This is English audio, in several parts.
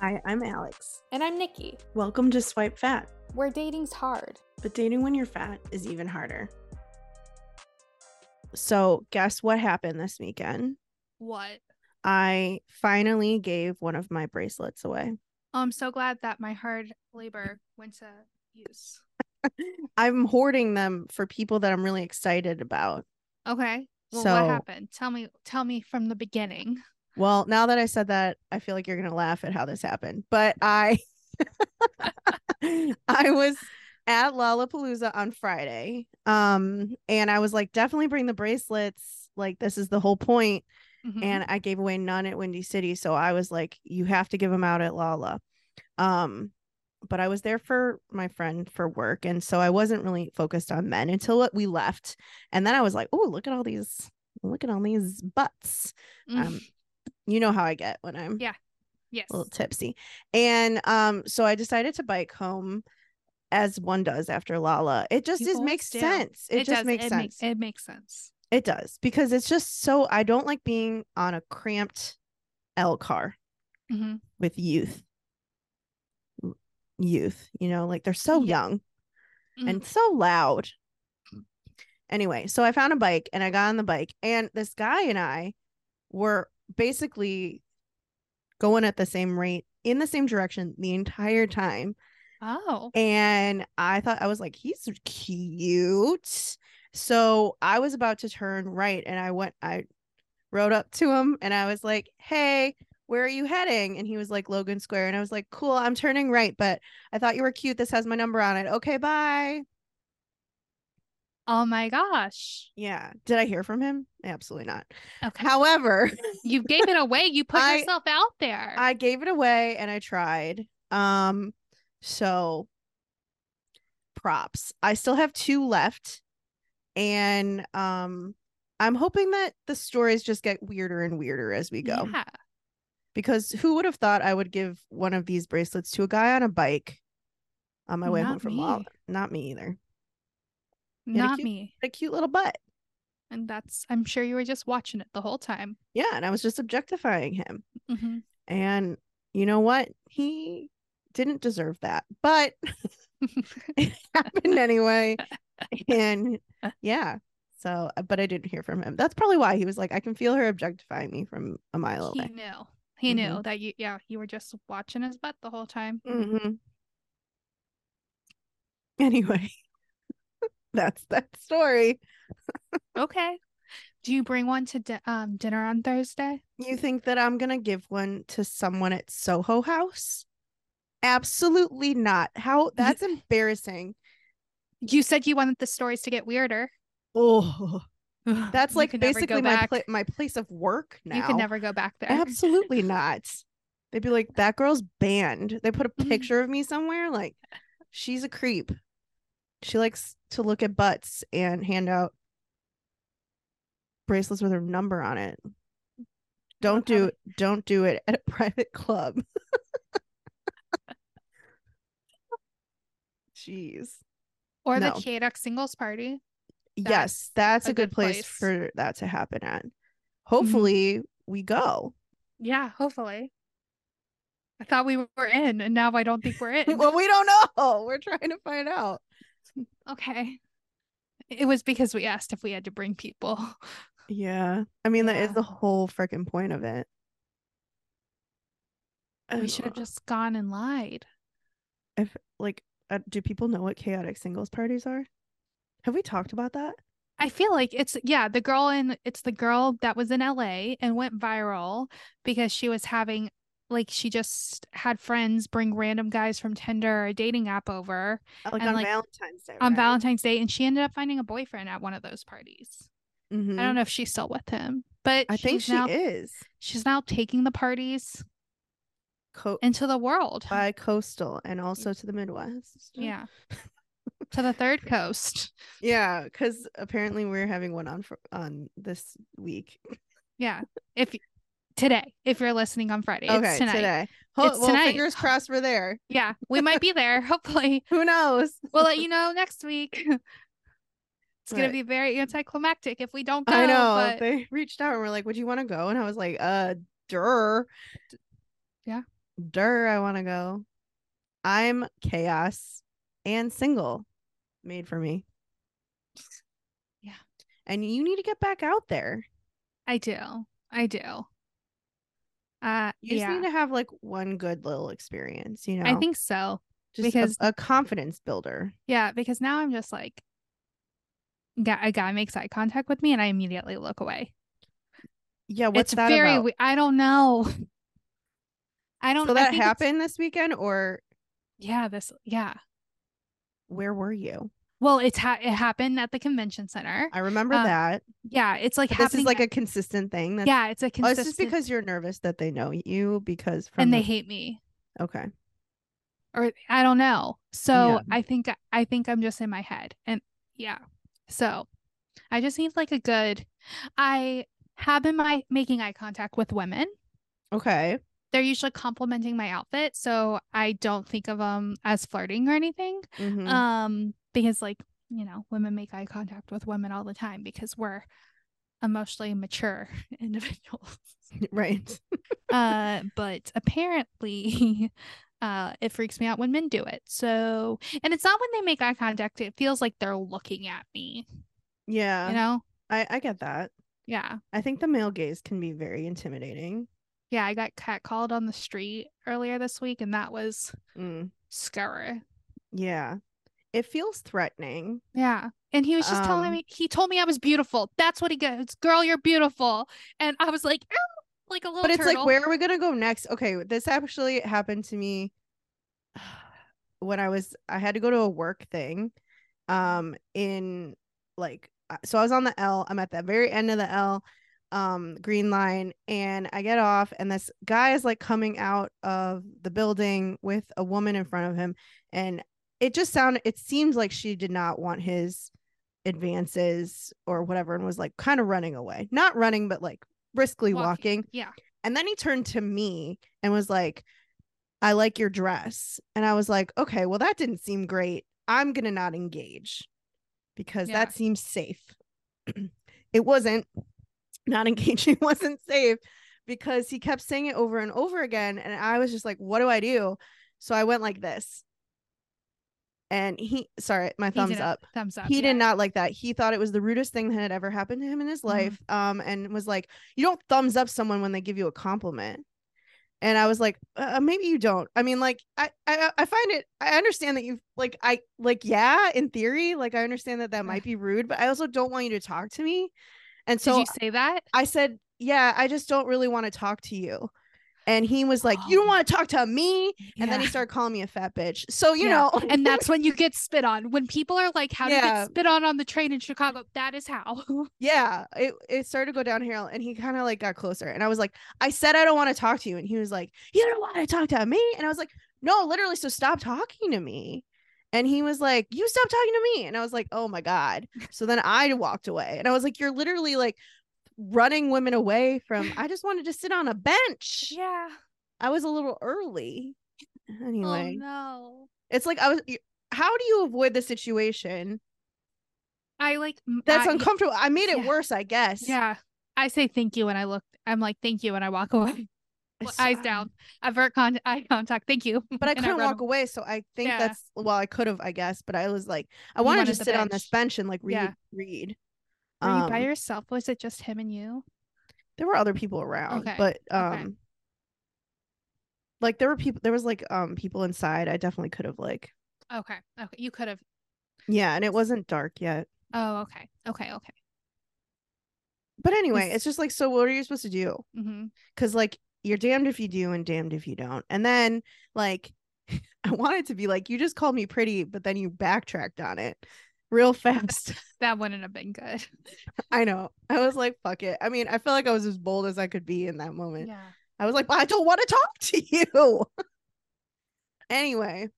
Hi, I'm Alex. And I'm Nikki. Welcome to Swipe Fat, Where dating's hard. but dating when you're fat is even harder. So, guess what happened this weekend? What? I finally gave one of my bracelets away. Oh, I'm so glad that my hard labor went to use. I'm hoarding them for people that I'm really excited about. Okay. Well, so, what happened? Tell me. Tell me from the beginning. well, now that I said that, I feel like you're going to laugh at how this happened, but I I was at Lollapalooza on Friday. Um and I was like definitely bring the bracelets, like this is the whole point. Mhm. and I gave away none at Windy City. So I was like, you have to give them out at Lala. Um, but I was there for my friend for work, and so I wasn't really focused on men until what we left. And then I was like, oh, look at all these, look at all these butts. Mm, Um, you know how I get when I'm Yeah. yes. a little tipsy. And um, so I decided to bike home as one does after Lala. It just is, People makes do. sense. It, just makes it sense. Makes, it makes sense. It does because it's just so I don't like being on a cramped L car hmm with youth. M- Youth, you know, like they're so Yeah. young and so loud. Anyway, so I found a bike and I got on the bike, and this guy and I were basically going at the same rate in the same direction the entire time. Oh. And I thought I was like, he's cute. So I was about to turn right and I went, I rode up to him and I was like, hey, where are you heading? And he was like, Logan Square. And I was like, cool, I'm turning right, but I thought you were cute. This has my number on it. Okay, bye. Oh my gosh. Yeah. Did I hear from him? Absolutely not. Okay. However, you gave it away. You put I- yourself out there. I gave it away and I tried. Um, so props. I still have two left, and um, I'm hoping that the stories just get weirder and weirder as we go. Yeah. Because who would have thought I would give one of these bracelets to a guy on a bike on my way home Not from me. Lala? Not me either. had a Not cute- me. A cute little butt. And that's. I'm sure you were just watching it the whole time. Yeah, and I was just objectifying him. hmm And you know what? He didn't deserve that, but Mm-hmm. it happened anyway. And yeah, so uh, but I didn't hear from him. That's probably why he was like, I can feel her objectifying me from a mile he away. knew. He Mhm. knew that you. Yeah. You were just watching his butt the whole time. hmm Anyway, that's that story. Okay. Do you bring one to di- um dinner on Thursday? You think that I'm gonna give one to someone at Soho House? Absolutely not. How that's embarrassing. You said you wanted the stories to get weirder. Oh, Ugh, that's you like can never basically go my back. pla- my place of work now. You can never go back there. Absolutely not. They'd be like, that girl's banned. They put a Mhm. picture of me somewhere. Like, she's a creep. She likes to look at butts and hand out bracelets with her number on it. Don't do how it. Don't do it at a private club. Jeez. Or No. the KDX singles party. yes, that's a, good, place, Mm-hmm. place. for that to happen at. Hopefully, we go. Yeah, hopefully. I thought we were in, and now I don't think we're in. well, we don't know. We're trying to find out. okay. It was because we asked if we had to bring people. Yeah. I mean, that is Yeah. the whole freaking point of it. We Ugh, should have just gone and lied. if like uh, do people know what chaotic singles parties are? Have we talked about that? I feel like it's yeah, the girl in it's the girl that was in LA and went viral because she was having like she just had friends bring random guys from Tinder or a dating app over Like And, on like, Valentine's Day. on Valentine's Day and she ended up finding a boyfriend at one of those parties. I don't know if she's still with him, but Mm-hmm. I think she's she now is she's now taking the parties co- into the world. by coastal and also to the Midwest. Yeah. to the third coast. Yeah, because apparently we're having one on for, on this week. Yeah. If y- today, if you're listening on Friday, okay, it's tonight. today. Ho- It's well, tonight. fingers crossed we're there. Yeah, we might be there. Hopefully, Who knows? we'll let you know next week. It's gonna But- be very anticlimactic if we don't go. I know. but They reached out and were like, "Would you want to go?" And I was like, "Uh, dur." yeah. Durr, I want to go. I'm chaos and single. Made for me. Yeah. And you need to get back out there. I do. I do. Uh You just yeah. need to have like one good little experience, you know? I think so. just a- because- a confidence builder. Yeah, because now I'm just like guy, a guy makes eye contact with me and I immediately look away. Yeah, what's it's that very about? we- I don't know. I don't So I that think it's- happened this weekend, or Yeah, this yeah. where were you? Well, it's ha- it happened at the convention center. I remember Um, that. Yeah, it's like But this happening is like at- a consistent thing. That's, Yeah, it's a Oh, consistent it's just because you're nervous that they know you because from and the- they hate me. okay. or I don't know. So Yeah. I think I think I'm just in my head. And yeah. So I just need like a good I have been my making eye contact with women. Okay. They're usually complimenting my outfit, so I don't think of them as flirting or anything. mhm. Um because like, you know, women make eye contact with women all the time because we're emotionally mature individuals. right. uh but apparently uh it freaks me out when men do it so and it's not when they make eye contact it feels like they're looking at me Yeah. you know I, I get that. yeah I think the male gaze can be very intimidating. yeah i got catcalled on the street earlier this week and that was Mm, scary Yeah. It feels threatening. yeah and he was just telling Um, me he told me i was beautiful that's what he goes girl you're beautiful and i was like "Ow," like a little But it's turtle. like, where are we gonna go next? Okay, this actually happened to me when I was I had to go to a work thing, um, in like uh, so I was on the L. I'm at the very end of the L, um, green line, and I get off, and this guy is like coming out of the building with a woman in front of him, and it just sounded it seemed like she did not want his advances or whatever and was like kind of running away not running but like briskly walking yeah and then he turned to me and was like, I like your dress. And I was like, okay, well, that didn't seem great. I'm going to not engage because Yeah. that seems safe. it wasn't. Not engaging wasn't safe because he kept saying it over and over again. And I was just like, what do I do? So I went like this. And he, sorry, my He thumbs didn't- up thumbs up he yeah. did not like that he thought it was the rudest thing that had ever happened to him in his Mm-hmm. life um and was like you don't thumbs up someone when they give you a compliment and i was like uh, maybe you don't i mean like I, I i find it i understand that you like i like yeah in theory like i understand that that might be rude but i also don't want you to talk to me and did so you say that i said yeah i just don't really want to talk to you and he was like you don't Oh. want to talk to me and then he Yeah. started calling me a fat bitch so you Yeah. know and that's when you get spit on. When people are like, "How do you Yeah. get spit on on the train in Chicago?" That is how. yeah it, it started to go downhill and he kind of like got closer and i was like i said i don't want to talk to you and he was like you don't want to talk to me and i was like no literally so stop talking to me and he was like you stop talking to me and i was like oh my god so then i walked away and i was like you're literally like running women away from i just wanted to sit on a bench yeah. i was a little early anyway Oh no. it's like i was y- how do you avoid the situation I like m- that's I- uncomfortable i made it yeah. worse i guess Yeah. I say thank you and I look. I'm like thank you and I walk away. It's- Eyes down. Avert con- eye contact. Thank you. but I And couldn't run walk away. So I think Yeah. that's well, I could have, I guess, but I was like, I You want to wanted just the sit on this bench and like read, Yeah. read. Were you by Um, yourself? Was it just him and you? there were other people around, Okay, but um, like there were people, there was like um people inside. I definitely could have like, Okay. Okay. You could have. yeah, and it wasn't dark yet. Oh. Okay. Okay. Okay. But anyway, Yes. it's just like, so what are you supposed to do? hmm because like you're damned if you do and damned if you don't and then like i wanted to be like you just called me pretty but then you backtracked on it real fast That wouldn't have been good. i know i was like fuck it i mean i felt like i was as bold as i could be in that moment Yeah. i was like well, i don't want to talk to you anyway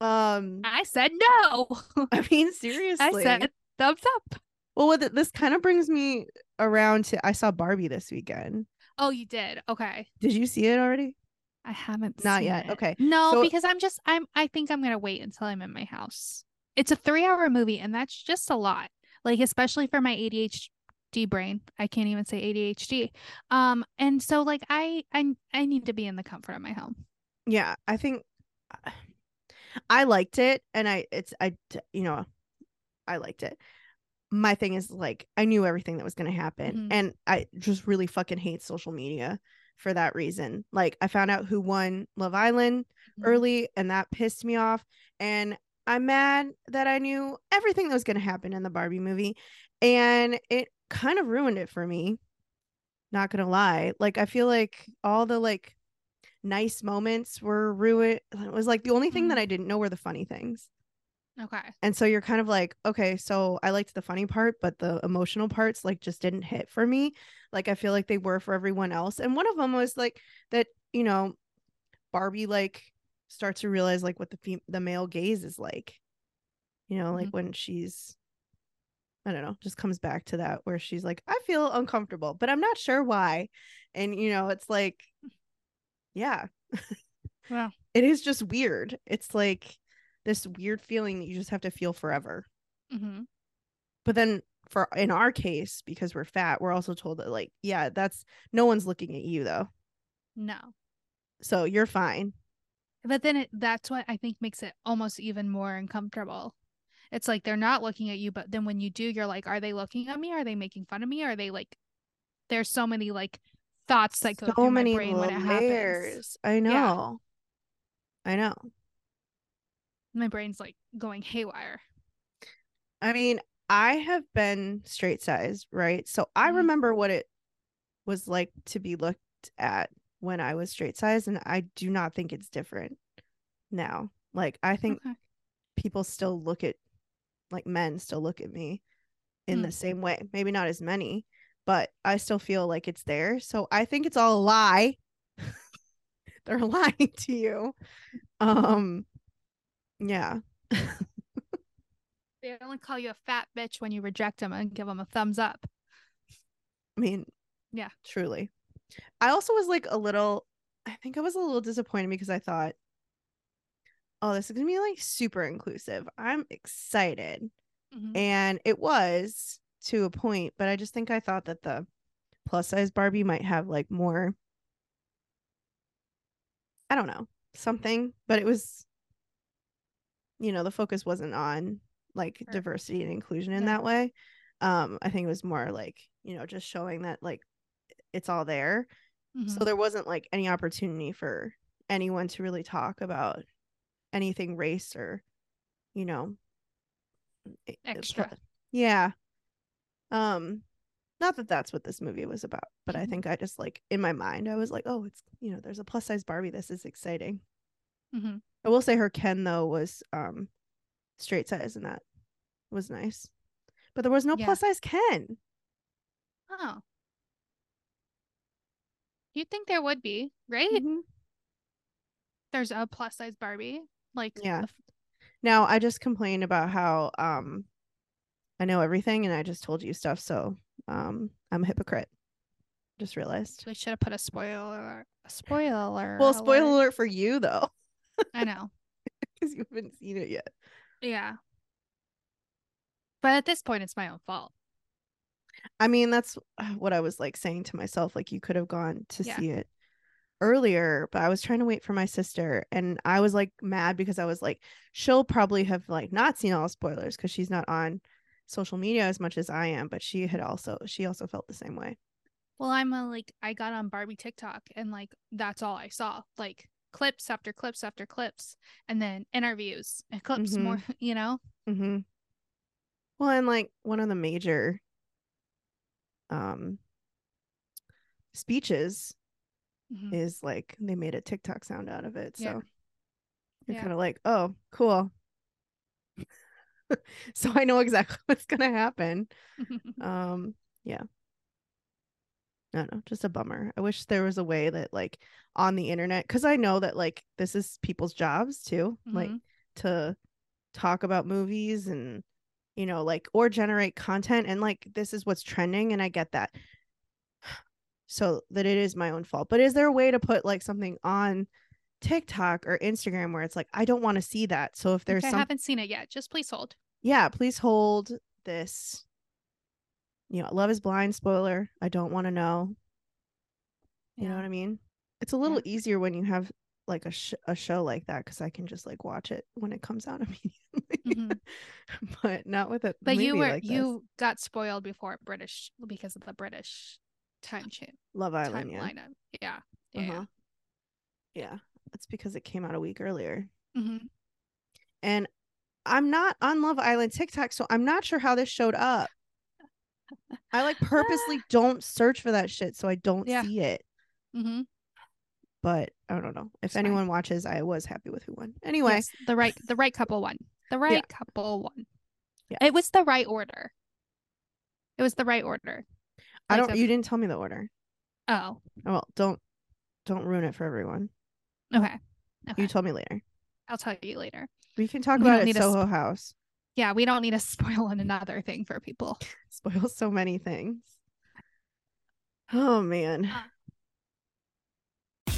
um I said no. i mean seriously I said thumbs up. well with it, this kind of brings me around to i saw barbie this weekend Oh, you did. Okay. did you see it already I haven't Not seen yet. it. Okay. No, So- because I'm just I'm I think I'm gonna wait until I'm in my house. It's a three hour movie and that's just a lot. Like especially for my ADHD brain. I can't even say ADHD. Um and so like I I I need to be in the comfort of my home. yeah i think uh, i liked it and i it's i d- you know i liked it my thing is like i knew everything that was going to happen Mhm. and i just really fucking hate social media for that reason like i found out who won love island Mhm. early and that pissed me off and i'm mad that i knew everything that was going to happen in the barbie movie and it kind of ruined it for me not gonna lie like i feel like all the like nice moments were ruined it was like the only thing that Mm. i didn't know were the funny things Okay. and so you're kind of like okay so i liked the funny part but the emotional parts like just didn't hit for me like i feel like they were for everyone else and one of them was like that you know barbie like starts to realize like what the fem- the male gaze is like you know like Mhm. when she's i don't know just comes back to that where she's like i feel uncomfortable but i'm not sure why and you know it's like yeah Wow. it is just weird it's like this weird feeling that you just have to feel forever Mm-hmm. but then for in our case because we're fat we're also told that like yeah that's no one's looking at you though No. so you're fine But then it, that's what I think makes it almost even more uncomfortable. It's like they're not looking at you, but then when you do, you're like, are they looking at me? Are they making fun of me? Are they like, there's so many like thoughts that go so through many my brain when it happens. layers i know i know My brain's like going haywire. I mean, I have been straight size, right? So I Mhm. remember what it was like to be looked at when I was straight size, and I do not think it's different now. Like, I think Okay. people still look at, like, men still look at me in Mm. the same way. Maybe not as many, but I still feel like it's there. So I think it's all a lie. They're lying to you. Um, yeah. They only call you a fat bitch when you reject them and give them a thumbs up. I mean, Yeah. truly. I also was like a little, I think I was a little disappointed because I thought, oh, this is going to be like super inclusive. I'm excited. Mhm. And it was to a point, but I just think I thought that the plus size Barbie might have like more, I don't know, something, but it was, you know, the focus wasn't on like Sure. diversity and inclusion in No. that way. Um, I think it was more like, you know, just showing that like it's all there. Mhm. So there wasn't like any opportunity for anyone to really talk about anything race or, you know, i- i- Extra. yeah. Um not that that's what this movie was about, but I Mhm. think I just like in my mind I was like, "Oh, it's, you know, there's a plus-size Barbie. This is exciting." Mhm. I will say her Ken though was um straight size and that was nice. But there was no Yeah. plus-size Ken. Oh. You'd think there would be, right? Mhm. There's a plus size Barbie. Like, Yeah. a f- Now, I just complained about how um I know everything and I just told you stuff, so um I'm a hypocrite. Just realized. we should have put a spoiler. A spoiler. Well, spoiler alert. alert for you though, I know. because you haven't seen it yet. Yeah. But at this point, it's my own fault. I mean, that's what I was like saying to myself. Like, you could have gone to Yeah. see it earlier, but I was trying to wait for my sister, and I was like mad because I was like, she'll probably have like not seen all spoilers because she's not on social media as much as I am. But she had also she also felt the same way. Well, I'm a, like, I got on Barbie TikTok and like, that's all I saw. Like, clips after clips after clips, and then interviews and clips more, you know? Mm-hmm. Well, and like one of the major um speeches Mhm. is like they made a TikTok sound out of it. So Yeah. you're Yeah. kind of like, oh, cool. so I know exactly what's gonna happen. Mm-hmm. Um, yeah. I don't know, just a bummer. I wish there was a way that like on the internet, because I know that like this is people's jobs too, like Mhm. to talk about movies and you know, like or generate content and like this is what's trending, and I get that. So that it is my own fault. But is there a way to put like something on TikTok or Instagram where it's like, I don't want to see that. So if there's If I something haven't seen it yet. Just please hold. yeah, please hold this. You know, Love is Blind spoiler. I don't want to know. You know Yeah. what I mean? It's a little easier when you have like a, sh- a show like that because I can just like watch it when it comes out immediately. Mhm. but not with a But you movie were like this. you got spoiled before British because of the British time cha- Love Island, yeah. timeline. of- Yeah. Yeah. yeah. Uh-huh. yeah, that's because it came out a week earlier. Mhm. and I'm not on Love Island TikTok, so I'm not sure how this showed up. I like purposely don't search for that shit, so I don't Yeah. see it. Mhm. But I don't know if fine. anyone watches. I was happy with who won. Anyway, Yes, the right the right couple won. The right couple won. Yeah. It was the right order. It was the right order. I Like don't. the- You didn't tell me the order. Oh, Oh, Well, don't don't ruin it for everyone. okay. You Okay. told me later. I'll tell you later. We can talk We about don't it. need at to sp- Soho House Yeah, we don't need to spoil on another thing for people. spoils so many things. Oh man.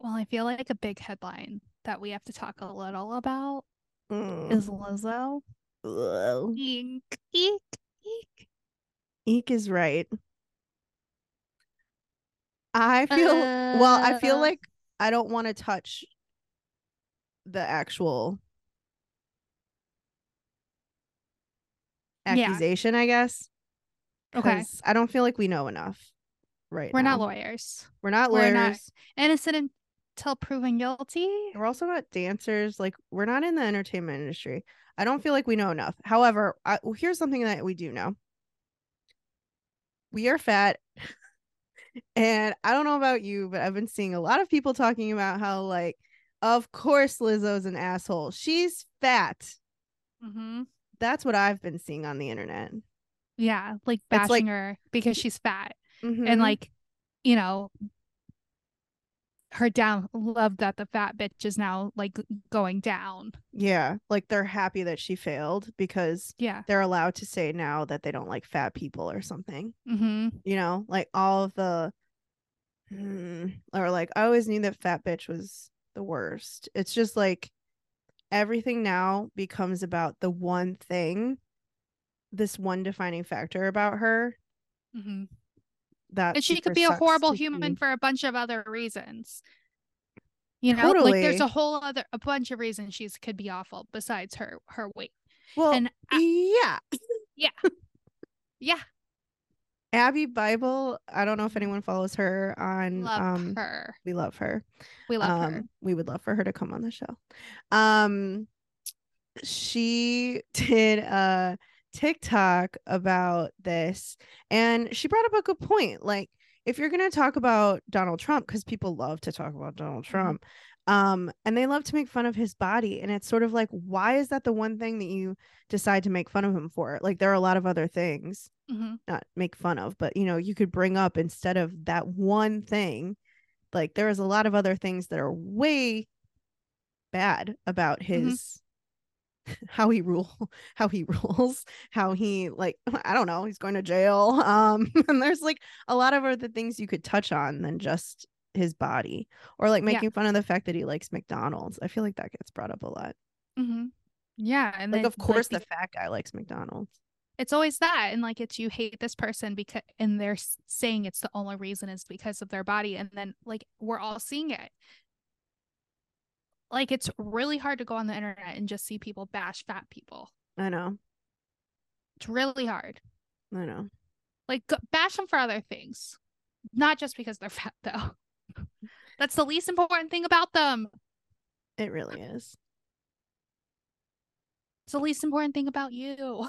Well, I feel like a big headline that we have to talk a little about Mm. is Lizzo. Ugh. Eek, eek, eek. Eek is right. I feel well, I feel Uh, like I don't want to touch the actual Yeah. accusation, I guess. Okay. 'cause I don't feel like we know enough right We're not now. lawyers. We're not We're lawyers. We're, not- Innocent until proven guilty. also not dancers. Like we're not in the entertainment industry. I don't feel like we know enough. However, I, well, here's something that we do know. We are fat. And I don't know about you, but I've been seeing a lot of people talking about how, like, of course Lizzo's an asshole. She's fat. Mm-hmm. That's what I've been seeing on the internet. Yeah, like It's like- bashing her because she's fat Mhm. and like, you know, her down. Love that the fat bitch is now like going down. yeah, like they're happy that she failed because Yeah. they're allowed to say now that they don't like fat people or something. Mm-hmm. you know like all of the Hmm, or like i always knew that fat bitch was the worst it's just like everything now becomes about the one thing this one defining factor about her Mm-hmm. that and she super could be a sucks horrible to see. human for a bunch of other reasons. You know, like there's Totally. a whole other a bunch of reasons she's could be awful besides her her weight. well and I, yeah yeah, abby bible i don't know if anyone follows her on love um her. we love her We love um, her. We would love for her to come on the show. Um, she did a TikTok about this, and she brought up a good point. Like, if you're gonna talk about Donald Trump, because people love to talk about Donald Mm-hmm. Trump, um, and they love to make fun of his body, and it's sort of like, why is that the one thing that you decide to make fun of him for? Like, there are a lot of other things Mhm. not make fun of, but you know, you could bring up instead of that one thing. Like there is a lot of other things that are way bad about Mm-hmm. his how he rule, how he rules, how he like I don't know, he's going to jail. Um and there's like a lot of other things you could touch on than just his body or like Yeah. making fun of the fact that he likes McDonald's. I feel like that gets brought up a lot. Mhm. Yeah, and Like then, of course the the fat guy likes McDonald's. it's always that, and like it's you hate this person because, and they're s- saying it's the only reason is because of their body, and then like we're all seeing it. Like it's really hard to go on the internet and just see people bash fat people. I know. It's really hard. I know. Like go- bash them for other things, not just because they're fat though. That's the least important thing about them. It really is. It's the least important thing about you.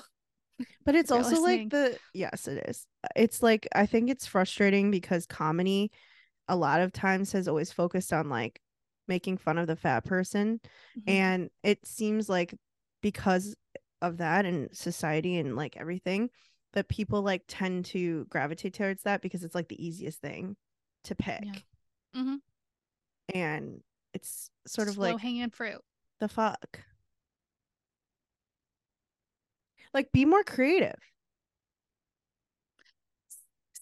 But it's you're also listening. like the yes, it is. Uh, It's like I think it's frustrating because comedy a lot of times has always focused on like making fun of the fat person Mm-hmm. and it seems like because of that and society and like everything that people like tend to gravitate towards that because it's like the easiest thing to pick Mhm. and it's sort of Mm-hmm. Slow like hanging fruit. the fuck. Like be more creative.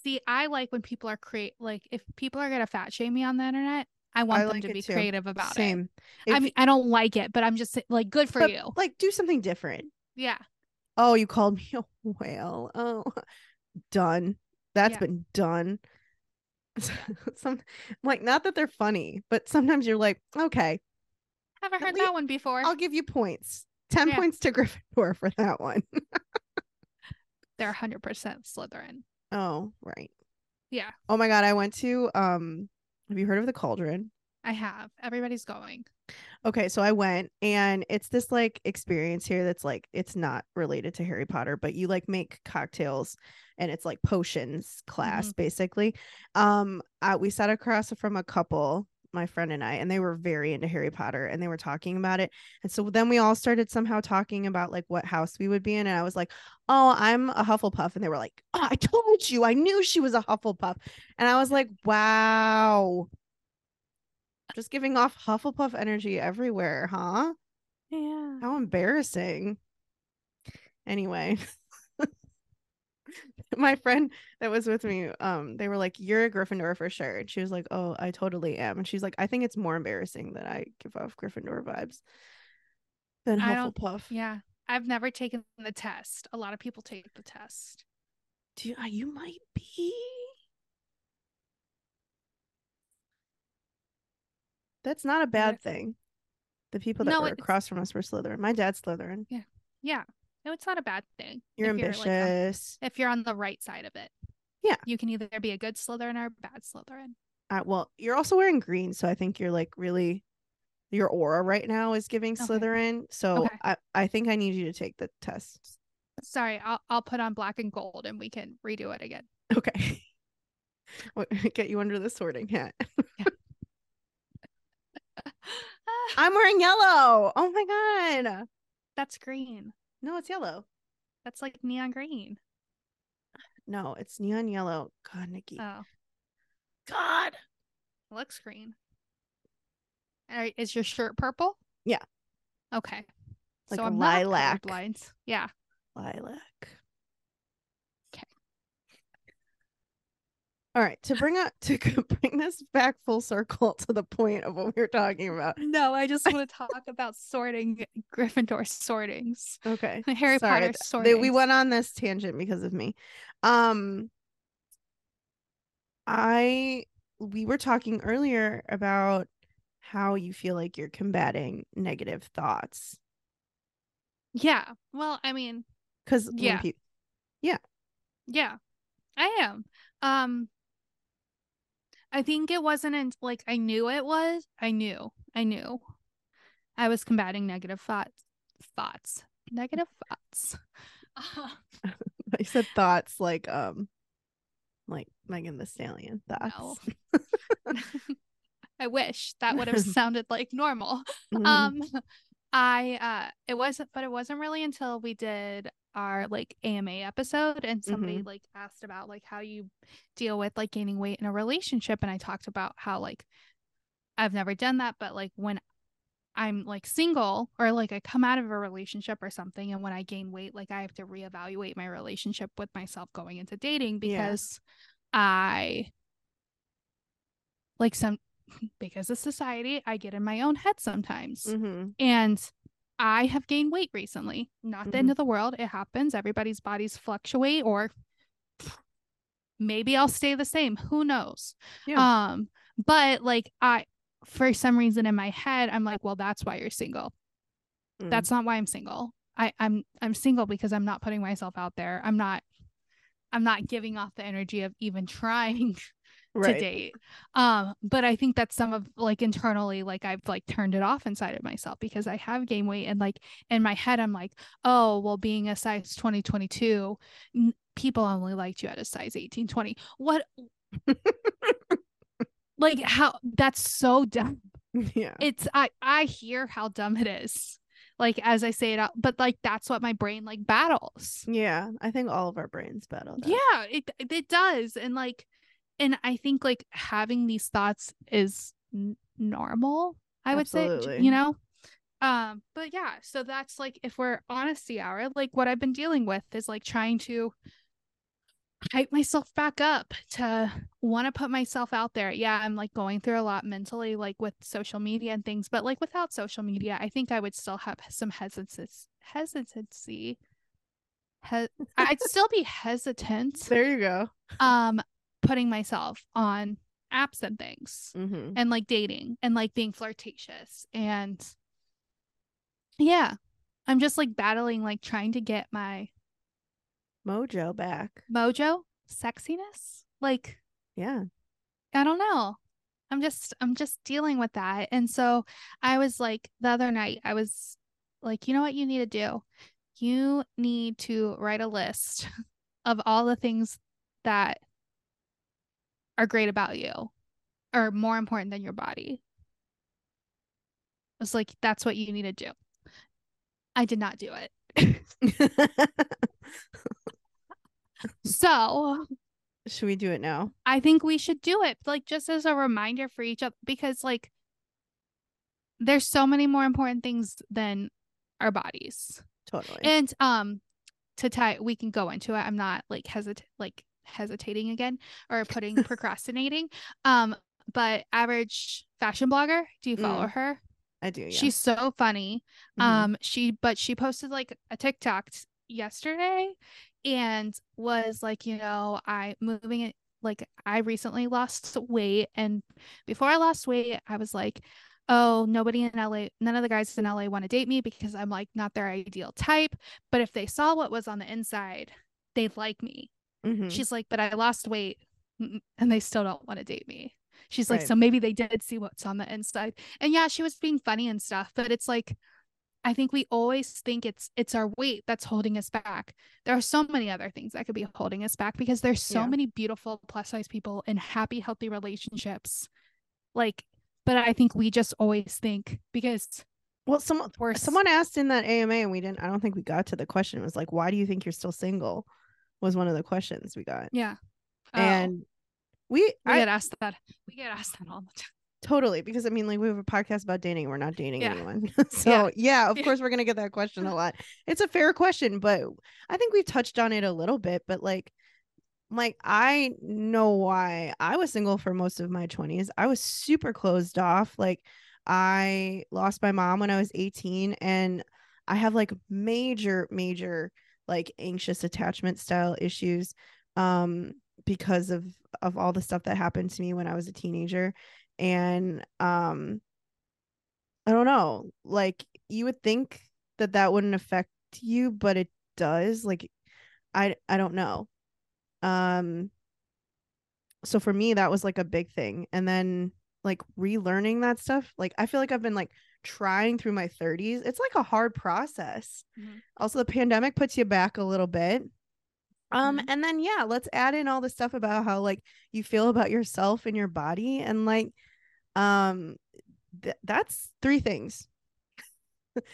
See, I like when people are create like if people are gonna fat shame me on the internet, I want them like to it be too. creative about Same. it. I If- mean, I don't like it, but I'm just say- like good for but, you. Like do something different. Yeah. Oh, you called me a whale. Oh, done. That's Yeah. been done. Some like not that they're funny, but sometimes you're like, okay, Never heard lea- that one before. I'll give you points. Ten Yeah. points to Gryffindor for that one. They're 100% Slytherin. Oh, right. Yeah. Oh my god, I went to um have you heard of the cauldron? I have. Everybody's going. Okay, so I went and it's this like experience here that's like it's not related to Harry Potter, but you like make cocktails and it's like potions class basically. Um I, we sat across from a couple, my friend and I, and they were very into Harry Potter and they were talking about it. And so then we all started somehow talking about like what house we would be in and I was like, "Oh, I'm a Hufflepuff." And they were like, "Oh, I told you. I knew she was a Hufflepuff." And I was like, "Wow." Just giving off Hufflepuff energy everywhere, huh? Yeah. How embarrassing. Anyway, my friend that was with me, um, they were like, "You're a Gryffindor for sure," and she was like, "Oh, I totally am," and she's like, "I think it's more embarrassing that I give off Gryffindor vibes than I don't- Hufflepuff." Yeah. I've never taken the test. A lot of people take the test. Do you, uh, you might be. That's not a bad thing. The people that No, were it's- across from us were Slytherin. My dad's Slytherin. No, it's not a bad thing. You're if ambitious. like, on- if you're on the right side of it. Yeah. You can either be a good Slytherin or a bad Slytherin. Uh, well, you're also wearing green, so I think you're like really your aura right now is giving Okay. Slytherin. So Okay. I, I think I need you to take the test. Sorry, I'll I'll put on black and gold and we can redo it again. Okay. What- Get you under the sorting hat. Ah, I'm wearing yellow. Oh my god. That's green. No, it's yellow. That's like neon green. No, it's neon yellow. God, Nikki. Oh, God. it looks green. All right, is your shirt purple? Yeah. Okay. Like so a I'm not lilac. colorblind. Yeah. Lilac. 'Kay. All right, to bring up to c- bring this back full circle to the point of what we were talking about. No, I just want to talk about sorting Gryffindor sortings. Okay. Harry Sorry, Potter th- sorting. they- we went on this tangent because of me. Um I we were talking earlier about how you feel like you're combating negative thoughts Yeah. Well, I mean, cuz Yeah. Yeah, I am. Um, I think it wasn't in, like I knew it was. I knew. I knew. I was combating negative thoughts. Thoughts. Negative thoughts. Uh, I said thoughts like um like Megan the Stallion thoughts. no. I wish that would have sounded like normal. Mm-hmm. Um, I uh, it wasn't, but it wasn't really until we did our like AMA episode and somebody like asked about like how you deal with like gaining weight in a relationship, and I talked about how like I've never done that, but like when I'm like single or like I come out of a relationship or something, and when I gain weight, like I have to reevaluate my relationship with myself going into dating Yeah. because I like some because of society, I get in my own head sometimes. hmm And I have gained weight recently. Not the Mhm. end of the world. It happens. Everybody's bodies fluctuate or maybe I'll stay the same. Who knows? Yeah. Um, but like I for some reason in my head, I'm like, well, that's why you're single. Mm. That's not why I'm single. I, I'm I'm single because I'm not putting myself out there. I'm not I'm not giving off the energy of even trying right. to date. Um, but I think that's some of like internally, like I've like turned it off inside of myself because I have gained weight and like in my head I'm like, oh well, being a size 20, 22, n- people only liked you at a size 18, 20. What? like how? That's so dumb Yeah. it's i i hear how dumb it is like as i say it out but like that's what my brain like battles Yeah. I think all of our brains battle. that. yeah it it does and like and i think like having these thoughts is n- normal I would say, j- Absolutely. you know? Um, but yeah, so that's like if we're honesty hour, like what I've been dealing with is like trying to hype myself back up to want to put myself out there. Yeah, I'm like going through a lot mentally, like with social media and things, but like without social media, I think I would still have some hesitancy. Hesitancy. He- I'd still be hesitant There you go. um putting myself on apps and things Mm-hmm. and like dating and like being flirtatious and yeah i'm just like battling like trying to get my Mojo back. mojo sexiness like Yeah. I don't know. I'm just I'm just dealing with that. And so I was like the other night I was like, you know what you need to do? You need to write a list of all the things that are great about you or more important than your body. I was like that's what you need to do. I did not do it. so, Should we do it now? I think we should do it, like just as a reminder for each other, because like there's so many more important things than our bodies. Totally. And um, to tie, we can go into it. I'm not like hesitant, like hesitating again or putting procrastinating. Um, but average fashion blogger, do you follow her? I do. Yeah. She's so funny. Mhm. Um, she but she posted like a TikTok t- yesterday, and was like, you know, I moving it like I recently lost weight, and before I lost weight, I was like, oh, nobody in LA, none of the guys in LA want to date me because I'm like not their ideal type. But if they saw what was on the inside, they'd like me. Mhm. She's like, but I lost weight mm, and they still don't want to date me. She's like, Right. so maybe they did see what's on the inside. And yeah, she was being funny and stuff, but it's like, I think we always think it's it's our weight that's holding us back. There are so many other things that could be holding us back because there's so Yeah. many beautiful plus size people in happy, healthy relationships. Like, but I think we just always think because well, someone we're s- Uh, someone asked in that AMA, and we didn't. I don't think we got to the question. It was like, why do you think you're still single? Was one of the questions we got, yeah, Oh, and we we I, get asked that we get asked that all the time. totally because I mean, like, we have a podcast about dating. and We're not dating Yeah. anyone, so yeah. of course we're gonna get that question a lot. It's a fair question, but I think we've touched on it a little bit. But like, like I know why I was single for most of my 20s. I was super closed off. Like I lost my mom when I was 18 and I have like major major like anxious attachment style issues um because of of all the stuff that happened to me when I was a teenager and um I don't know. Like you would think that that wouldn't affect you, but it does. Like I I don't know um so for me that was like a big thing and then like relearning that stuff like i feel like i've been like trying through my 30s it's like a hard process Mhm. also the pandemic puts you back a little bit um Mhm. and then yeah let's add in all the stuff about how like you feel about yourself and your body and like um th- that's three things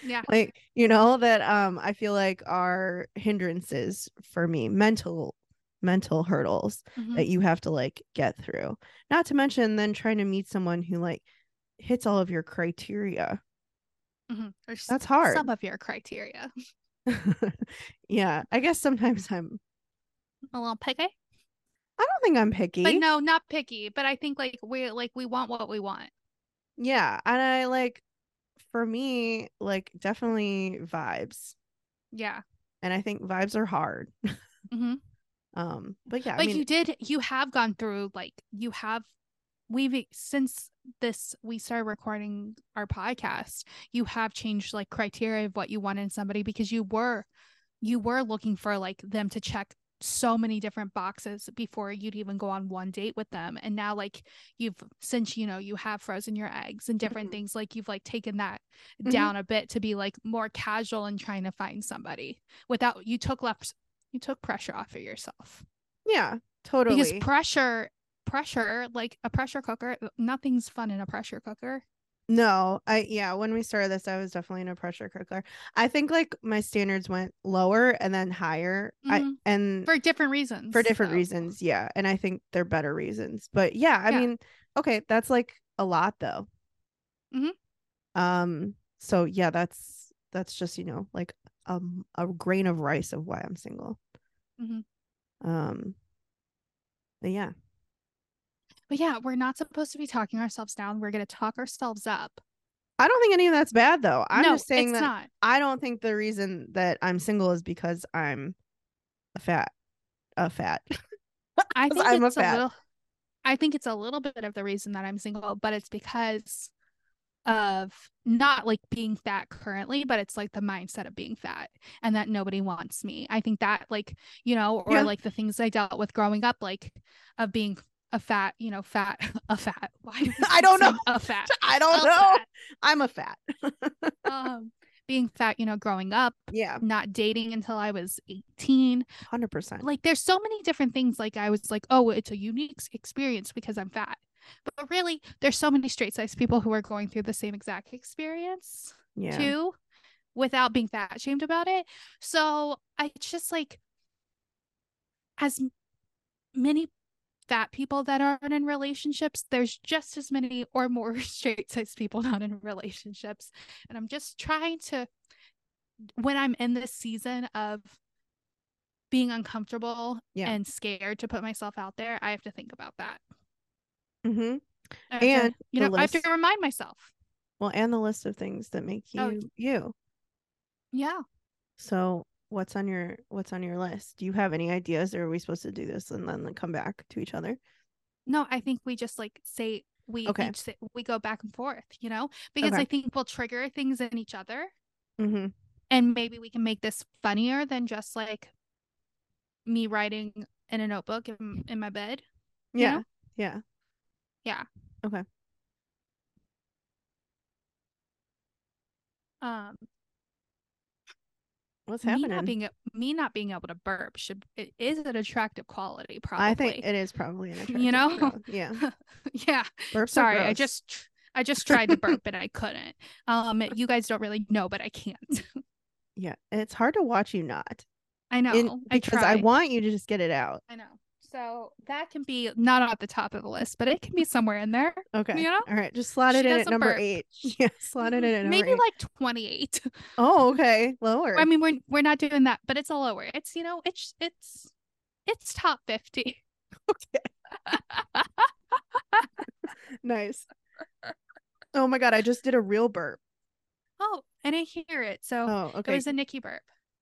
Yeah. like you know that um i feel like are hindrances for me mental mental hurdles Mhm. that you have to like get through not to mention then trying to meet someone who like hits all of your criteria Mhm. Or s- that's hard Some of your criteria. yeah i guess sometimes i'm A little picky, i don't think i'm picky but no, not picky. But I think like we like we want what we want. yeah and i like for me like definitely vibes Yeah. and i think vibes are hard hmm um but yeah But i mean you did. You have gone through like you have. We've e- since this we started recording our podcast. You have changed like criteria of what you want in somebody because you were, you were looking for like them to check so many different boxes before you'd even go on one date with them and now like you've since you know you have frozen your eggs and different Mhm. things like you've like taken that Mhm. down a bit to be like more casual and trying to find somebody without you took left you took pressure off of yourself yeah totally because pressure pressure like a pressure cooker uh, nothing's fun in a pressure cooker No, I yeah, when we started this, I was definitely in a pressure cooker. I think like my standards went lower and then higher. I Mhm. and for, for different reasons different though. reasons, yeah. And I think they're better reasons. But yeah, I Yeah. mean, okay, that's like a lot though. Mhm. Um, so yeah, that's that's just, you know, like um a grain of rice of why I'm single. Mhm. Um but yeah. But yeah, we're not supposed to be talking ourselves down. We're going to talk ourselves up. I don't think any of that's bad though. I'm no, just saying it's that not. I don't think the reason that I'm single is because I'm a fat a fat. I 'Cause think I'm a it's a, fat. little I think it's a little bit of the reason that I'm single, but it's because of not like being fat currently, but it's like the mindset of being fat and that nobody wants me. I think that like, you know, or Yeah. like the things I dealt with growing up, like of being a fat, you know, fat, a fat. Why do I don't know. keep saying A fat. I don't a know. I'm a fat. fat? Um, being fat, you know, growing up, yeah, not dating until I was 18, 100%. like there's so many different things like i was like oh it's a unique s- experience because i'm fat but really there's so many straight sex people who are going through the same exact experience yeah. too without being fat shamed about it so i it's just like as m- many fat people that aren't in relationships there's just as many or more straight sex people not in relationships and i'm just trying to when i'm in this season of being uncomfortable Yeah. and scared to put myself out there i have to think about that Mhm. I have to- And you the know i have list- to remind myself Well, and the list of things that make you Oh, you. yeah So, what's on your what's on your list? Do you have any ideas or are we supposed to do this and then come back to each other? No, I think we just like say we Okay. each say, we go back and forth, you know, because Okay. I think we'll trigger things in each other, Mhm. and maybe we can make this funnier than just like me writing in a notebook in, in my bed. you Yeah. know? Yeah. Yeah. Okay. Um, What's me happening? not being a- me not being able to burp should it is an attractive quality, probably. I think it is probably an attractive You know? crowd. Yeah. yeah. Burps are Sorry, I gross. just tr- I just tried to burp and I couldn't. Um, you guys don't really know, but I can't. Yeah, it's hard to watch you not. I know. in- I because I tried. want you to just get it out. I know. So that can be not at the top of the list, but it can be somewhere in there. Okay. know? All right. Just slot She it in at doesn't number burp. eight. Yeah. Slot it in at number Mm-hmm. Maybe eight. like twenty eight. oh, okay. Lower. I mean, we're we're not doing that, but it's a lower. It's you know, it's it's it's top fifty. nice. Oh my God. I just did a real burp. Oh, and I hear it. So Oh, okay. it was a Nikki burp.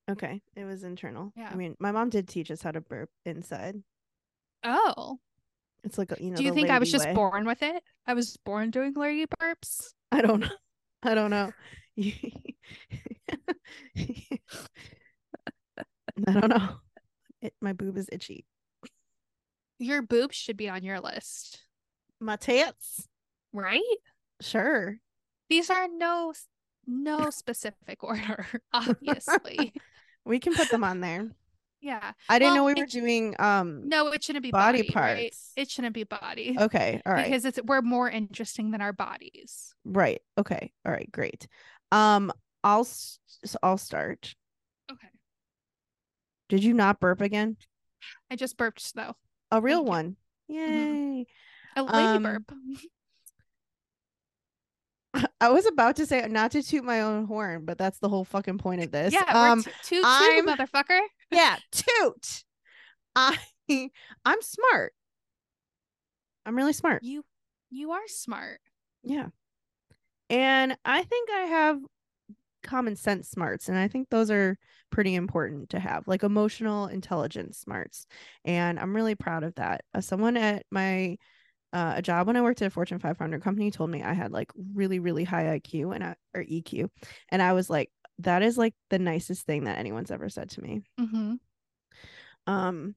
okay. It was internal. Yeah. I mean, my mom did teach us how to burp inside. Oh, It's like, a- you know, do you the think I was lady just way. born with it? I was born doing lady burps. I don't know. I don't know. I don't know. It, my boob is itchy. Your boobs should be on your list, My tits. right? Sure. These are no s- no specific order, obviously. We can put them on there. yeah. I didn't Well, know we were it- doing um No, it shouldn't be Body body, right? parts. It shouldn't be body. okay, all right. Because it's we're more interesting than our bodies. Right. Okay. All right, great. Um I'll s- so I'll start. Okay. Did you not burp again? I just burped though. A real you. one. Mhm. Yay. A lady Um, burp. I was about to say not to toot my own horn, but that's the whole fucking point of this. Yeah, um we're t- two, two, I'm- motherfucker. yeah, toot. I I'm smart. I'm really smart. You you are smart. Yeah. And I think I have common sense smarts and I think those are pretty important to have, like emotional intelligence smarts. And I'm really proud of that. Uh, someone at my uh, a job when I worked at a Fortune 500 company told me I had like really really high IQ and I, or EQ, and I was like, that is like the nicest thing that anyone's ever said to me Mm-hmm. um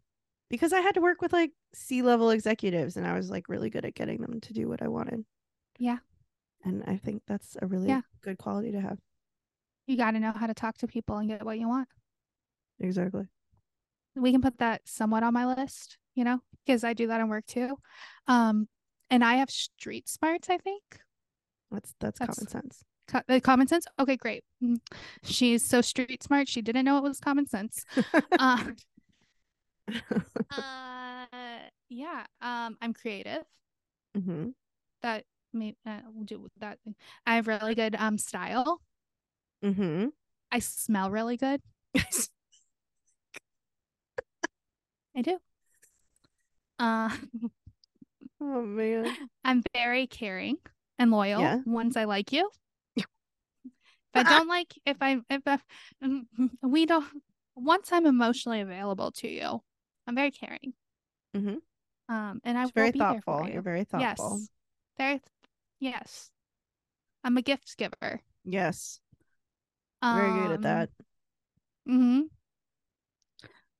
because i had to work with like c-level executives and i was like really good at getting them to do what i wanted Yeah. and i think that's a really Yeah. good quality to have You gotta know how to talk to people and get what you want. exactly we can put that somewhat on my list, you know, because I do that in work too. Um, and I have street smarts, I think. that's that's, That's- common sense Co- uh, common sense. Okay, great. Mm. She's so street smart. She didn't know it was common sense. Uh, uh, yeah. Um, I'm creative. hmm That maybe uh, we'll do that. thing. I have really good um style. Mm-hmm. I smell really good. I do. Uh, Oh man. I'm very caring and loyal Yeah. once I like you. If I don't like, if I, if I, mm, mm, we don't, once I'm emotionally available to you, I'm very caring. Mhm. Um, and I It's will very be there thoughtful. for you. You're very thoughtful. Yes. Very, th- yes. I'm a gift giver. Um, Yes. Very good at that. Mm-hmm.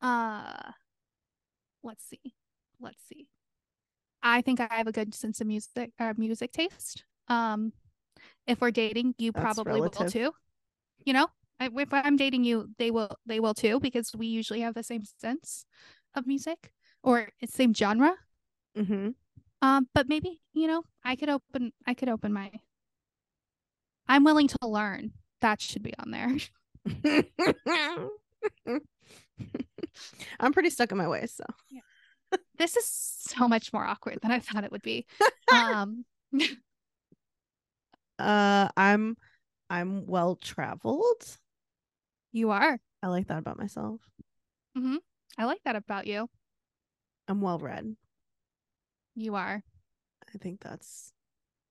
Uh, let's see. Let's see. I think I have a good sense of music, uh, music taste. Um, if we're dating, you That's probably will relative. too. You know, I, if I'm dating you, they will, they will too, because we usually have the same sense of music or it's same genre. Mm-hmm. Um, but maybe, you know, I could open I could open my I'm willing to learn. That should be on there. Mm-hmm. I'm pretty stuck in my ways, so This is so much more awkward than I thought it would be. Um, uh I'm I'm well traveled. you are. I like that about myself. I like that about you. I'm well read. You are. I think that's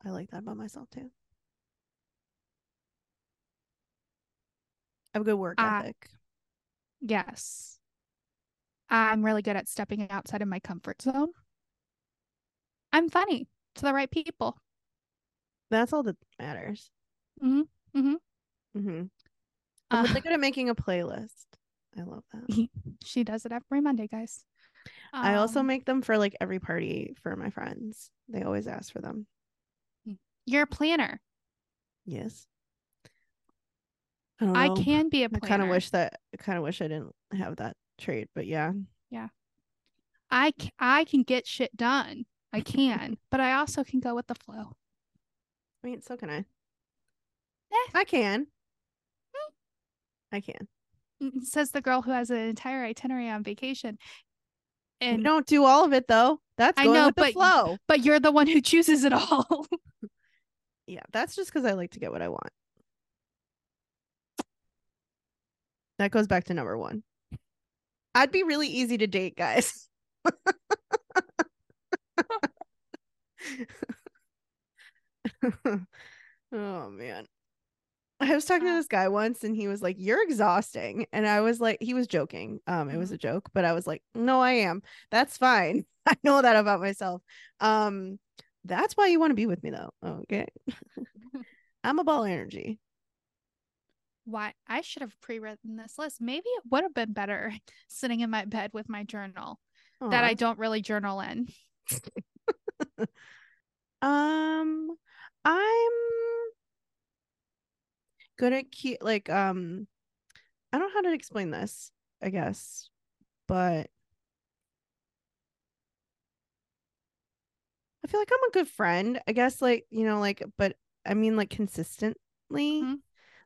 I like that about myself too. I have a good work Ah. ethic. Yes. I'm really good at stepping outside of my comfort zone. I'm funny to the right people. That's all that matters. Mhm, mhm. Mm-hmm. I'm Uh, really good at making a playlist. I love that. Um, she does it every Monday, guys. I also Um, make them for like every party for my friends. They always ask for them. you're a planner. Yes. I don't know. I can be Oh, a I planner. kind of wish that. I kind of wish I didn't have that trait, but yeah. I c- I can get shit done. I can, but I also can go with the flow. I mean, so can I. Eh. I can. I can. Mm, Says the girl who has an entire itinerary on vacation. And And we don't do all of it though. That's I going know, with the but- flow. but you're the one who chooses it all. Yeah, that's just because I like to get what I want. That goes back to number one. I'd be really easy to date, guys. oh man. I was talking to Uh. this guy once and he was like, You're exhausting. And I was like, he was joking. Um, it was Mhm. a joke, but I was like, No, I am. That's fine. I know that about myself. Um, that's why you want to be with me though. Okay. I'm a ball of energy. Why I should have pre-written this list. Maybe it would have been better sitting in my bed with my journal that I don't really journal in. I um I'm good at keep like um I don't know how to explain this, I guess. But I feel like I'm a good friend. I guess like, you know, like but I mean like consistently Mhm.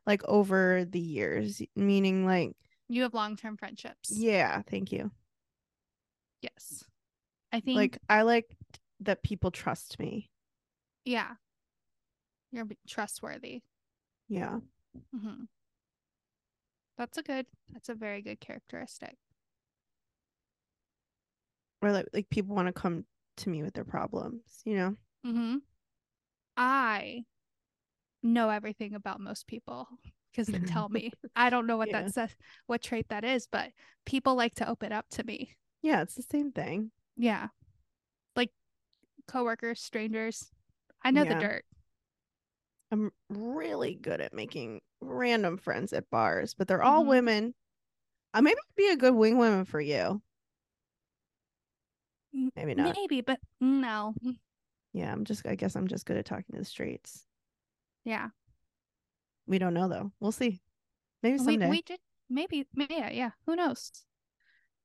like over the years, meaning like You have long-term friendships. yeah, thank you. Yes. I think Like I like that people trust me. yeah. You're b- trustworthy. Yeah. hmm That's a good. That's a very good characteristic. or like, like people want to come to me with their problems you know Mm-hmm. I know everything about most people because they tell me. I don't know what Yeah. that says, what trait that is, but people like to open up to me. yeah it's the same thing Yeah. Like coworkers, strangers. I know Yeah. the dirt. i'm really good at making random friends at bars but they're all Mhm. women i maybe I'd be a good wing woman for you M- maybe not Maybe, but no. yeah i'm just i guess i'm just good at talking to the straights Yeah. we don't know though we'll see maybe We someday we did maybe maybe yeah, yeah. Who knows?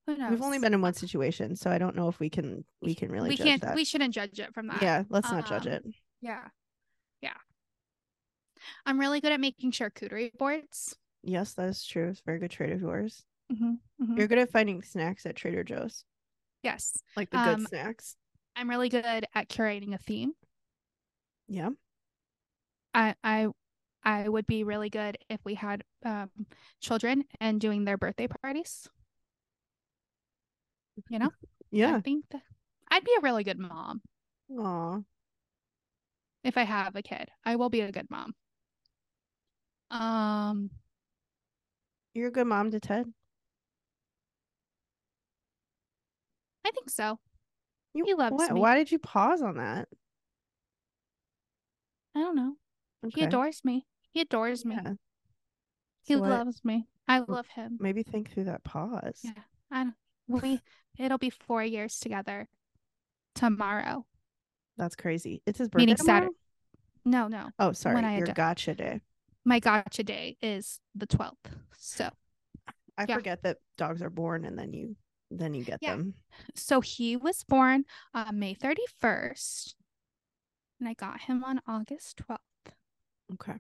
Who knows? we've only been in one situation so i don't know if we can we can really we judge can't that we shouldn't judge it from that. yeah let's not judge um, it Yeah. Yeah. I'm really good at making charcuterie boards. yes that's true it's a very good trait of yours Mm-hmm. you're good at finding snacks at trader joe's Yes. like the good Um, snacks I'm really good at curating a theme. Yeah. I I I would be really good if we had um children and doing their birthday parties. You know? I Yeah. think that I'd be a really good mom Aw. if I have a kid. I will be a good mom. Um You're a good mom to Ted. I think so. You, He loves why, me. Why did you pause on that? I don't know. He adores me. He adores me. Yeah. He So what- loves me. I love him. Maybe think through that pause. Yeah. I don't, we it'll be 4 years together tomorrow. That's crazy. It's his birthday. Meaning tomorrow? Saturday. No, no. Oh, sorry. I Your ado- gotcha day. My gotcha day is the 12th. So I Yeah. forget that dogs are born and then you then you get Yeah. them. So he was born on May 31st, and I got him on August 12th. Okay.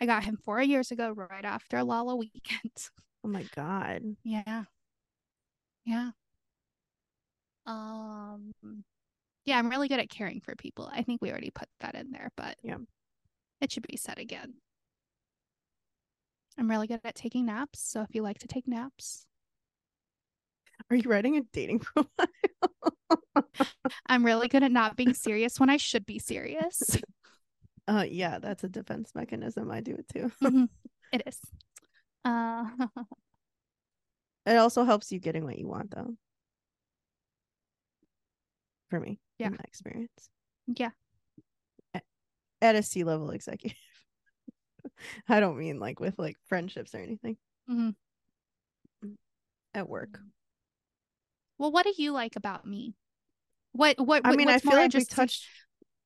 I got him four years ago, right after Lala weekend. Oh my god. Yeah. Yeah. Um, yeah, I'm really good at caring for people. I think we already put that in there, but Yeah. it should be said again. I'm really good at taking naps. So if you like to take naps, Are you writing a dating profile? I'm really good at not being serious when I should be serious. Uh yeah, that's a defense mechanism. I do it too. Mhm. It is. Uh, It also helps you getting what you want though. For me. Yeah. In my experience. yeah. At a C level executive. I don't mean like with like friendships or anything. Mhm. Mm-hmm. At work. Well, what do you like about me? What what I what- mean, I what's feel more like we interesting? touched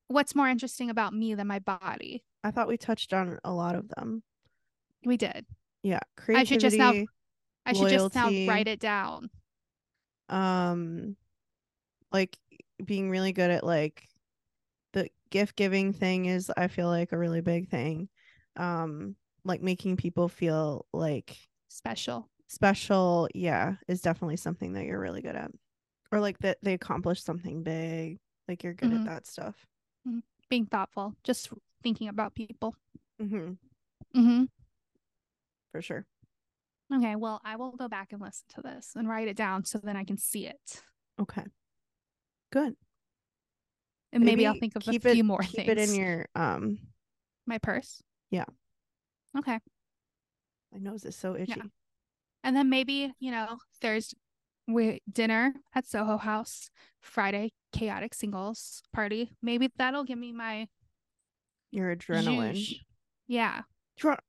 What's more interesting about me than my body? I thought we touched on a lot of them. We did. Yeah. I Creativity. should just now- I should just now Loyalty. write it down. um like being really good at like the gift giving thing is i feel like a really big thing um like making people feel like Special. special yeah is definitely something that you're really good at or like that they accomplished something big like you're good Mhm. at that stuff Being thoughtful. Just thinking about people. hmm hmm for sure Okay. Well, I will go back and listen to this and write it down so then I can see it. okay good And maybe, I'll think of a keep few it, more keep things. it in your um my purse. Yeah. Okay. my nose is so itchy And then maybe, you know, Thursday we dinner at Soho House, Friday chaotic singles party. Maybe that'll give me my your adrenaline zhuzh. Yeah. Dra-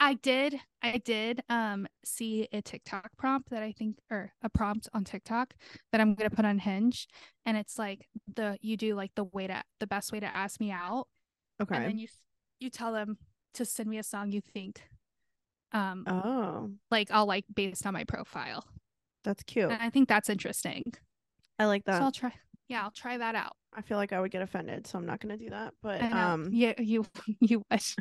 I did I did um see a TikTok prompt that I think or a prompt on TikTok that I'm gonna put on Hinge. And it's like the you do like the way to the best way to ask me out. okay And then you you tell them to send me a song you think um oh like I'll like based on my profile. that's cute And I think that's interesting. i like that So I'll try. Yeah, I'll try that out. I feel like I would get offended, so I'm not going to do that. But I know. um, uh, yeah, you you wish.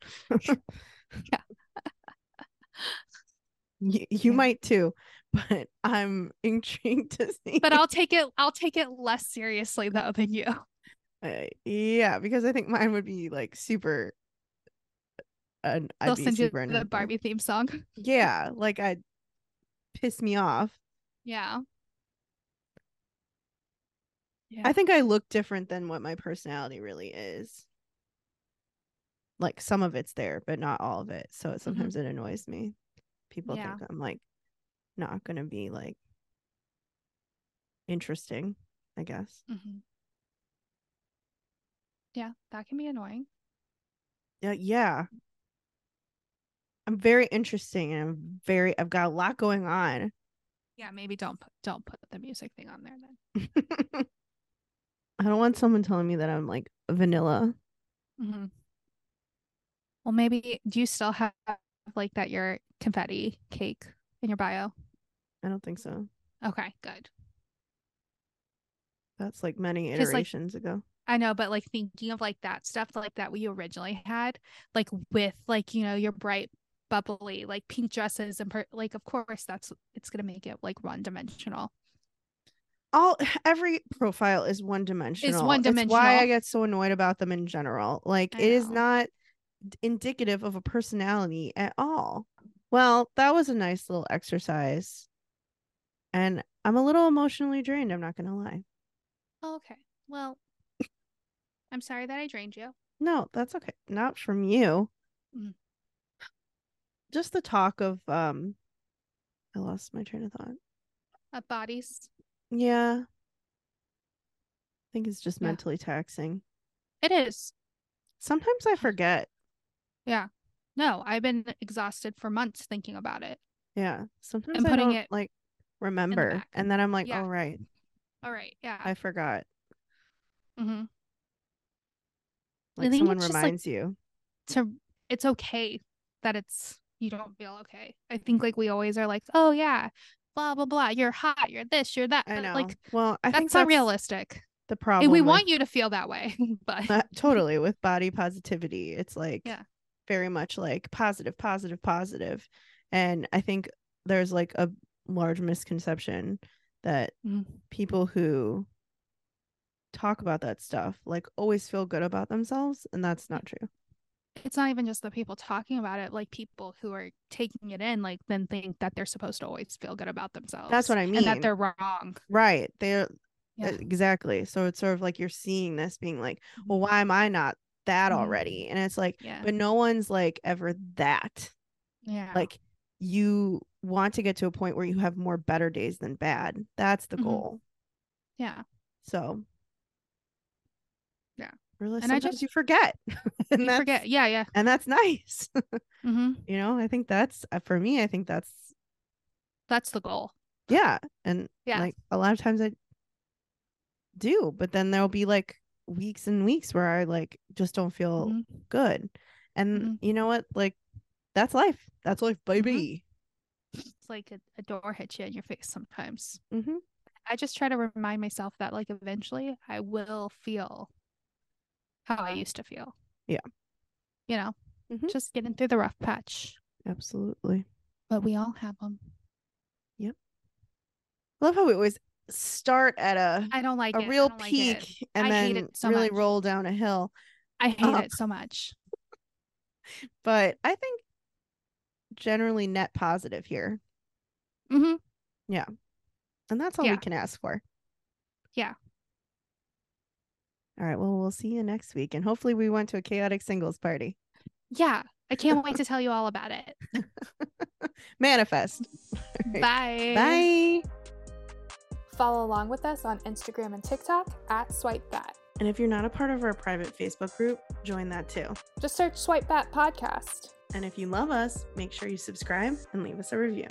y- you Yeah. might too. But I'm intrigued to see. But I'll take it. I'll take it less seriously though than you. Uh, yeah, because I think mine would be like super. And I'd They'll be send you super the uncomfortable. Barbie theme song. Yeah, like I'd piss me off. Yeah. Yeah. I think I look different than what my personality really is. Like some of it's there, but not all of it. So it, sometimes it annoys me. People Mm-hmm. Yeah. think I'm like not going to be like interesting, I guess. Mhm. Yeah, that can be annoying. Yeah, yeah. I'm very interesting and I'm very I've got a lot going on. Yeah, maybe don't put don't put the music thing on there then. I don't want someone telling me that I'm like vanilla. Mm-hmm. Well, maybe do you still have like that your confetti cake in your bio? I don't think so. Okay, good. That's like many 'Cause, like, iterations ago. I know, but like thinking of like that stuff like that we originally had, like with like, you know, your bright bubbly like pink dresses and per- like of course that's it's going to make it like one dimensional. all every profile is one dimensional. It's why I one-dimensional. get so annoyed about them in general. Like I it is know. not d- indicative of a personality at all. Well, that was a nice little exercise. And I'm a little emotionally drained, I'm not gonna lie. Oh, okay. Well, I'm sorry that I drained you. No, that's okay. Not from you. Mm. Just the talk of um I lost my train of thought. Uh, bodies. Yeah. I think it's just Yeah. mentally taxing. It is. Sometimes Mm. I forget. No, I've been exhausted for months thinking about it. Yeah. Sometimes And I putting don't it like remember. back. And then I'm like, Yeah. all right, All right. Yeah. I forgot. mm-hmm. I Like think someone it's just, like, reminds you. to it's okay that it's you don't feel okay. I think like we always are like, oh yeah, blah blah blah. You're hot. You're this. You're that. I but, know. Like uh, well, I think that's not realistic. The And problem we with- want you to feel that way, but uh, totally with body positivity. It's like Yeah. very much like positive, positive, positive. And I think there's like a large misconception that Mhm. people who talk about that stuff like always feel good about themselves and that's not true. it's not even just the people talking about it. Like people who are taking it in, like then think that they're supposed to always feel good about themselves. what I And mean. that they're wrong. Right. They're Yeah. uh, exactly. So it's sort of like you're seeing this being like, well, why am I not that Mhm. already? And it's like, Mm-hmm. Yeah. but no one's like ever that. yeah. Like you want to get to a point where you have more better days than bad. That's the Mhm. goal. yeah. So Yeah. Really And I sometimes just- you forget. and You that's- forget. Yeah. Yeah. And that's nice. hmm you know, I think that's uh, for me, I think that's That's the goal. yeah. And Yeah. like a lot of times I do, but then there'll be like weeks and weeks where I like just don't feel Mhm. good. And Mm-hmm. you know what? Like that's life. That's life, baby. It's like a, a door hits you in your face sometimes. Mm-hmm. I just try to remind myself that like eventually I will feel how I used to feel. Yeah. You know, Mhm. just getting through the rough patch. Absolutely. But we all have them. I love how we always start at a I don't like a it. I real don't like peak it. and I hate then it so really much. roll down a hill. I hate up. it so much. But I think generally net positive here. hmm And that's all Yeah. we can ask for. Yeah. All right. Well, we'll see you next week. And hopefully we went to a chaotic singles party. Yeah. I can't wait to tell you all about it. Manifest. Right. Bye. Bye. Follow along with us on Instagram and TikTok at Swipe Bat. And if you're not a part of our private Facebook group, join that too. Just search Swipe Bat Podcast. And if you love us, make sure you subscribe and leave us a review.